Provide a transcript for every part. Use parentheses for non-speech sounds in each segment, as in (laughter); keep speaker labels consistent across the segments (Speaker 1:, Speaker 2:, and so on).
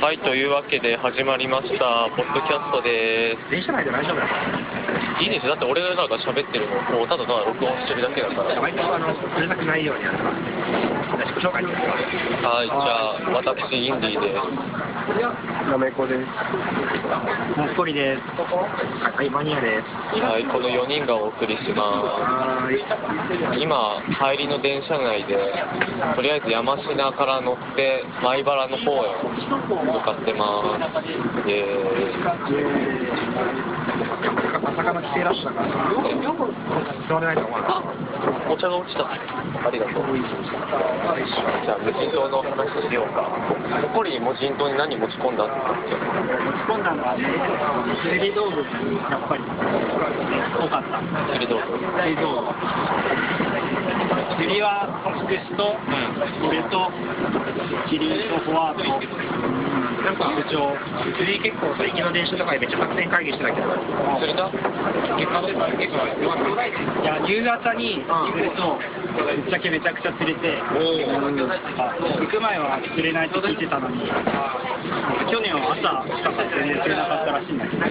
Speaker 1: はい、というわけで始まりました、ポッドキャストで
Speaker 2: 電車内で大丈夫だから。
Speaker 1: す。いいですよだって俺らが喋ってるのをこうただただ録音してるだけだから。
Speaker 2: 割とあの、うるさくないようにやるから。じゃあ自己紹介に行きま
Speaker 1: はい、じゃあ、私、インディーで
Speaker 2: なめこです。もっこりです。はい、マニアです。
Speaker 1: す。はい、この4人がお送りしま
Speaker 2: はーい。
Speaker 1: す。今、帰りの電車内で、とりあえず山科から乗って、米原の方へ向かってます。で、
Speaker 2: まさかの帰省ラッシュだからさ、座れないと思わなかっ
Speaker 1: お茶が落ちた。ありがとう。
Speaker 2: た。
Speaker 1: じゃあ、無人島の話しようか。ほこり無人島に何持ち込んだって言って
Speaker 3: 持ち込んだのはね、釣り道具やっぱり多かった。
Speaker 1: 釣り道具
Speaker 3: 釣り道具。釣りはベスト、ベスト、キリンとフォワード、
Speaker 2: なんか、部長、釣り結構さ、行きの電車とかでめっちゃ作戦会議してたけど、
Speaker 1: 釣れた
Speaker 2: 結果結構弱くない
Speaker 3: いや夕方に釣ると、ぶっちゃけめちゃくちゃ釣れて、行く前は釣れないと聞いてたのに、去年は朝しか全然釣れなかったらしいんだけど。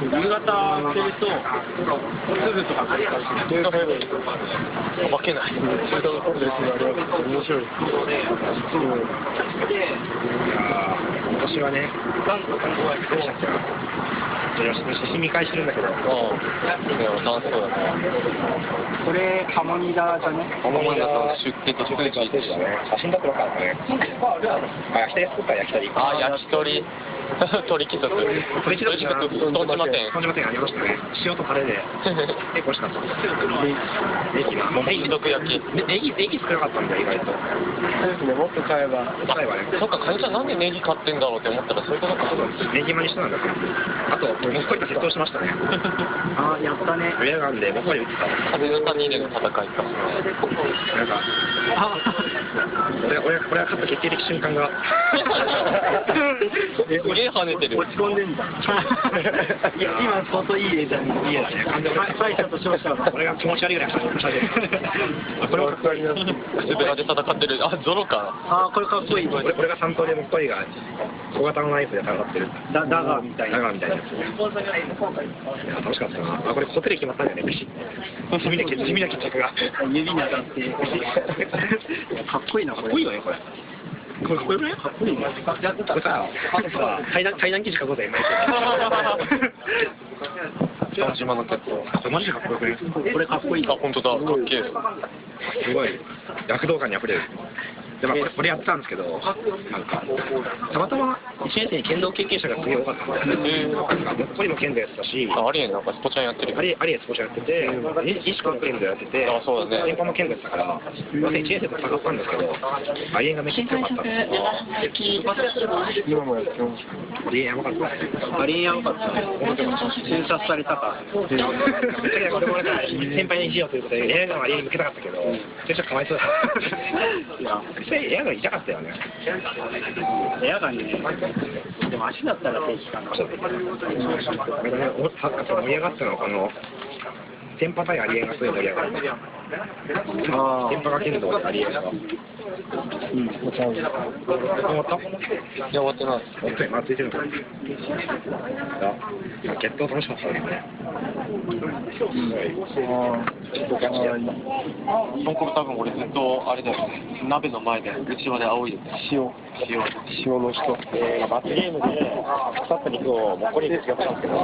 Speaker 3: 夕方釣ると、すぐとか釣れたし。
Speaker 1: 負けない。
Speaker 2: 今年はね、どうしたっけなちょっと刺身会してるんだけど、
Speaker 1: うん。いや楽しそうだね。
Speaker 3: これ、ハモニダじゃね
Speaker 1: この前だと出血出血ついてるよね。
Speaker 2: 写真だって分かるね。あ、焼き鳥作ったら焼き鳥。
Speaker 1: あ、焼き鳥。鳥貴族。
Speaker 2: 鳥貴族じゃな
Speaker 1: 鳥貴族豚島店。
Speaker 2: 豚島店ありましたね。塩とタレで。結構美味しかった。ネギが。
Speaker 1: 鳥貴族焼き。
Speaker 2: ネネギ、ネギ少なかったんだ、意外と。そうですね、もっと買えば。
Speaker 1: そっか、会社なんでネギ買ってんだろうって思ったらそういうことか。
Speaker 2: ネギマにしてたんだから。あと、もっこりと窃盗しましたね。
Speaker 3: あー、やったね。
Speaker 2: ウェアガンでもっこり打ってた。
Speaker 1: 風の谷での戦いか。
Speaker 2: なんか、俺俺俺が勝った決定的瞬間
Speaker 3: (laughs)
Speaker 2: が。
Speaker 1: すげえ跳ねてる。
Speaker 3: 落ち込んでんだ。いや、今、相当いい映像に、いいやつね。完全に敗者と勝者は。
Speaker 2: 俺が気持ち悪いぐらい勝ちまし
Speaker 3: (laughs)
Speaker 2: たね。これもかっこいいな。
Speaker 1: 靴べらで戦ってる。あ、ゾロか。
Speaker 3: あー、これかっこいい。
Speaker 2: 俺俺が三刀でもっこりが小型のナイフで戦ってる。
Speaker 3: ダダガーみたいな。
Speaker 2: ダガーみたいなやつね。いや楽しかったな。あこれホテル決まったんだよね。ピシッ地味な決地味な決着が。
Speaker 3: 指に当た
Speaker 2: (laughs)
Speaker 3: って。かっこいいな、
Speaker 2: か
Speaker 3: こ
Speaker 2: っ
Speaker 3: れ。
Speaker 2: こいいよねこれ。これかっこよくない？かっこいいね。これさ、対談対談記事書こうぜ。毎週
Speaker 1: 豚島の鉄砲。
Speaker 2: これマジでかっこよくない？
Speaker 3: これかっこいい
Speaker 1: あ、。本当だ。かっけえ。
Speaker 2: すごい躍動感にあふれる。でまあ、これこれやってたんですけど、なんか、たまたま1年生に剣道経験者がすげえ多かったんで、
Speaker 1: え
Speaker 2: なんか、もっこりも剣道やってたし、
Speaker 1: ー、あありえん、なんかスポちゃんやってるよ
Speaker 2: あ。りありえ少しやってて、いしこも剣道やってて、
Speaker 1: あそうだね
Speaker 2: 先も剣道やってたから、まあ、1年生と戦ったんですけど、ありえんがめっちゃ強かったんですよ。今もやってます。ありえんやばかったですね。
Speaker 3: ありえんやばかったね。瞬殺されたか。
Speaker 2: 俺もなんか先輩にいじようということで、エアガンは家に向けたかったけど、ちょっとかわいそうだ。 (laughs) いや、実際エアガン痛かったよね。
Speaker 3: エアガンね。でも足だったら正規かな。
Speaker 2: あれだね、おサッカーと盛り上がったのは、あの、天パ対アリエンがすごい盛り上がった。
Speaker 3: あ
Speaker 2: 天パが剣道でアリエンが。終わった
Speaker 1: いや、終わってない。
Speaker 2: 本当に回っていてるのか。いや、決闘楽しかったね。
Speaker 1: その頃多分俺ずっとあれだよね鍋の前で内輪で仰いでた塩塩
Speaker 2: 塩の人。罰ゲームで腐った肉をもっこりで使ったんですけど、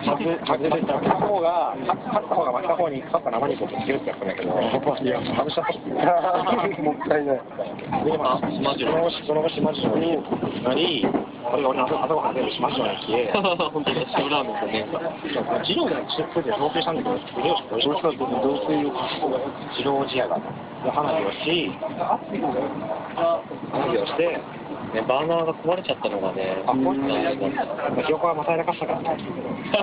Speaker 2: 外れた方が、勝った方が負けた方に腐った生肉をぶつけるってやったんだけど、僕は外しちゃった。もったいない。で、まあ、
Speaker 1: マジ
Speaker 2: その後、その後、島城になり、これが俺の朝ごはん全部島城に消え、
Speaker 1: 本当だ塩ラーメンと麺が
Speaker 2: 授業での出世で同棲したんだけど、同棲した同棲を治療しやがって、花火をし、花火をして、
Speaker 1: ねバーナーが壊れちゃったのがね
Speaker 2: あ、こういった記憶はまたやらかしたからね。めっちゃ面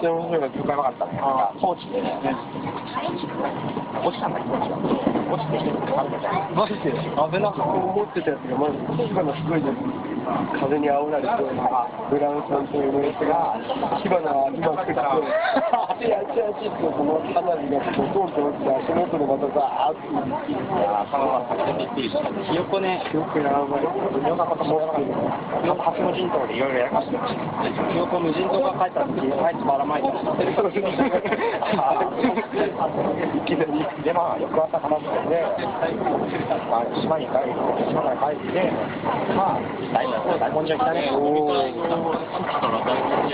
Speaker 2: 白い記憶はやばかったね。なんか放置でね、落ちたんだけど、落ちて人にかかるみたいな。
Speaker 4: マジで危なくて思ってたやつがマジで今のすごいです。
Speaker 3: 風に煽られて、ブラウンさんというの人が、火花が今作って、あちあちあちって、その花火がドトンと落ちて、足元でまたザーッて、
Speaker 2: ひよこね、
Speaker 3: よくやらない。いろんなこともやらない。いろんな発明人頭でいろいろやらかしてました。
Speaker 2: ひよこ無人島が帰った時に、あいつばらまいたりしてる。
Speaker 3: そうですね。いきなり。で、まあ、翌朝話してて、まあ、島に帰る島から帰って、まあ、大大根じゃ来た
Speaker 1: か
Speaker 3: ね。
Speaker 1: ら大根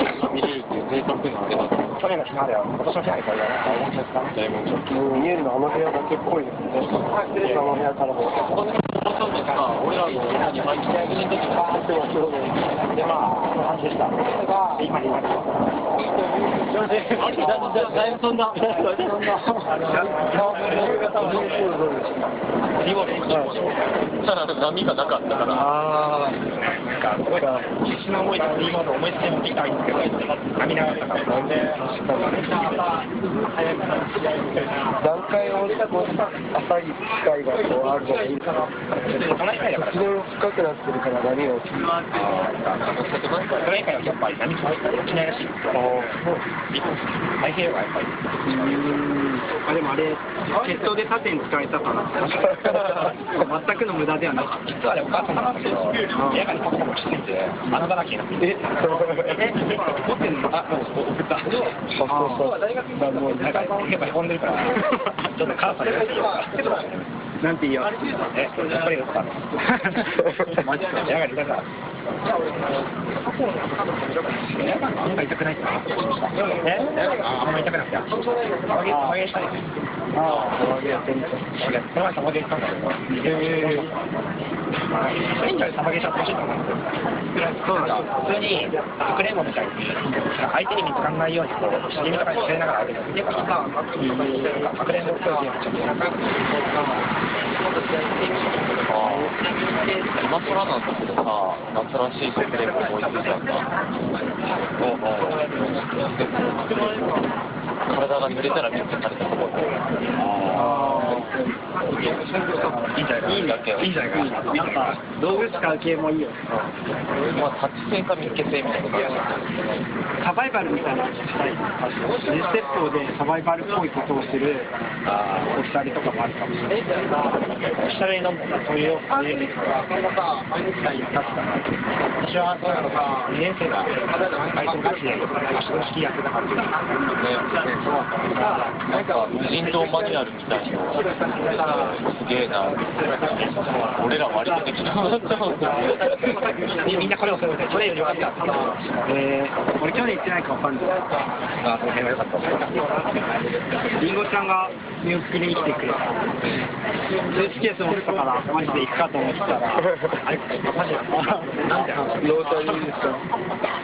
Speaker 1: 焼き見れるっていう贅沢なあれだと思
Speaker 3: 去年の島では、今年の島に帰る大根じゃ来たね。
Speaker 1: 大門焼き。
Speaker 3: 見えるのあの部屋だけっぽいですね。あの部屋からも。
Speaker 1: ここで、さんとか、俺らの部屋に入ってあげる時に、
Speaker 3: あでもちょうどでまあ、その話でした。で今になります。
Speaker 2: だいぶ飛んだ。
Speaker 1: リボリンしたら波がなかったから、
Speaker 2: あー、なんか、すごい、必死な思いで、今の思いつきもできたんですけど、髪長かったから、なんで、早くから試合みたいな。
Speaker 3: 段階をしたこう浅い機会がこうあるじゃないですか。一度深くなってるから波が起きる。
Speaker 2: それ以外はやっぱり波怖いから起きないらしいですよ。太平洋がやっぱり。あでもあれ、鉄塔で縦に使えたから、全くの無駄ではなかった。実はあれ、お母さんの話を部屋からパパパしてて、穴だらけになってて。え、持ってんのあ、もう送った。
Speaker 3: そうそうそう。
Speaker 2: もう中山やっぱり飛んでるから、ちょっと母さんになんて言いよ。え、やっぱりだったの。マジか。やがりだから。なんか痛くないですか。え、あんまり痛くなくて。あ、げ、あげしたい。あ、あげやってみて。この前サバゲー行ったんだけど。ええ。いいんじゃない、サバゲーしたら楽しいと思うんですよ。そうなんだ。普通に、かくれんぼみたいに、相手に見つかんないように、こう、茂みとかに触れながら、で、まあ、かくれんぼ競技をちょっとやったんです
Speaker 1: 今更なんだけどさ、夏らしいシステム思いついたんだ。体が濡れたら水垂れたと思う。
Speaker 2: いいんじゃないか。
Speaker 1: いいんだっけ
Speaker 2: いいんじゃないかな。やっぱ道具使う系もいいよ。
Speaker 1: まあ、タッチ性か密結性みたいな感じだね
Speaker 2: サバイバルみたいなのしたい。実鉄砲でサバイバルっぽいことをするお二人とかもあるかもしれない。おしゃれなんだそういう感じで。私は2年生だ。アイコンガチで足の式役だから。
Speaker 1: なんか無人島マニュアルみたいなすげえな俺ら割とできなかったもん
Speaker 2: みみんなこれをそれで、それより良かった。えー、俺去年行ってないかわかんない。あ、その辺は良かった。リンゴちゃんが見送りに来てくれた。スーツケース持ってたから、マジで行くかと思ってたら、あれ、マジで、なんて話ロータリーですか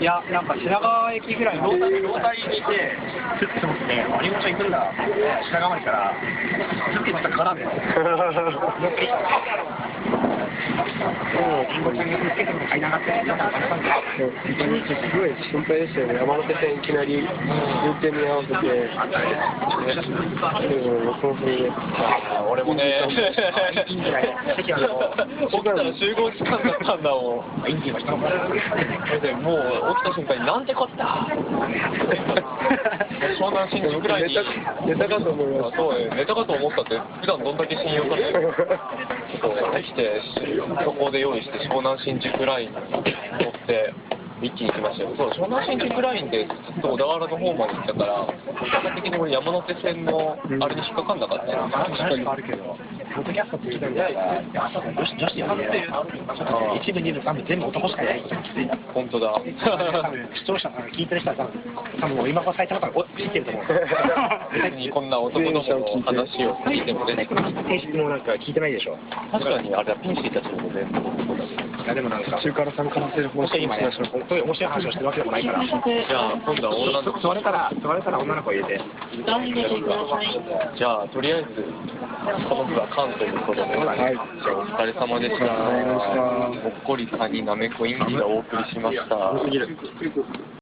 Speaker 2: いや、なんか品川駅ぐらいのロータリー、ロータリーにいて、スーツ持って、あ、リンゴちゃん行くんだ。品川駅から、スーツまた絡め。リンゴちゃんがスーツケース持って買いながって、なんか話したんだよ。
Speaker 3: 一日すごい心配でしたよね。山手線いきなり運転見合わせて、そうそうで。
Speaker 1: 俺も
Speaker 2: (laughs)
Speaker 1: ね
Speaker 2: いいんじゃない
Speaker 1: 起きたら集合時間だったんだもん
Speaker 2: インディーは人もい
Speaker 1: でもう起きた瞬間になんてこった
Speaker 2: (laughs)
Speaker 1: 湘南新宿ぐらいに
Speaker 3: ネタかと思いまし
Speaker 1: そうよネタかと思ったって普段どんだけ信用かねそうできてそこで用意して湘南新宿ラインに乗って一気に来ましたよそう湘南新宿ラインでずっと小田原の方まで行ったから結果的に俺山手線のあれに引っかかんなかったよ、
Speaker 2: あるけど、ポッドキャストって聞いたんだから、女子女子やってる、一部、二部、三部、全部男しかいない、きついな。
Speaker 1: 本当だ (laughs)
Speaker 2: 多分視聴者から聞いてる人は多分、多分もう今から埼玉から聞いてると思う。
Speaker 1: 別にこんな男の子の話を聞いても全然
Speaker 2: 編集もなんか聞いてないでしょ。
Speaker 1: 確かにあれはピンチでいたちも全然
Speaker 2: いやでもなんか、
Speaker 3: 中から参加させる方
Speaker 2: もし
Speaker 3: 針
Speaker 2: 今ね、そういう面白い話をしてるわけでもないから、
Speaker 1: じゃあ今度は女の子
Speaker 2: 座れたら、座れたら女の子入れて、
Speaker 1: じゃあとりあえずこの日は関東のことで、
Speaker 3: はい
Speaker 1: じゃあお疲れ様でした
Speaker 3: お疲れ様でし
Speaker 1: ほ
Speaker 3: た
Speaker 1: っこりさんになめこインディがお送りしました
Speaker 2: すぎる。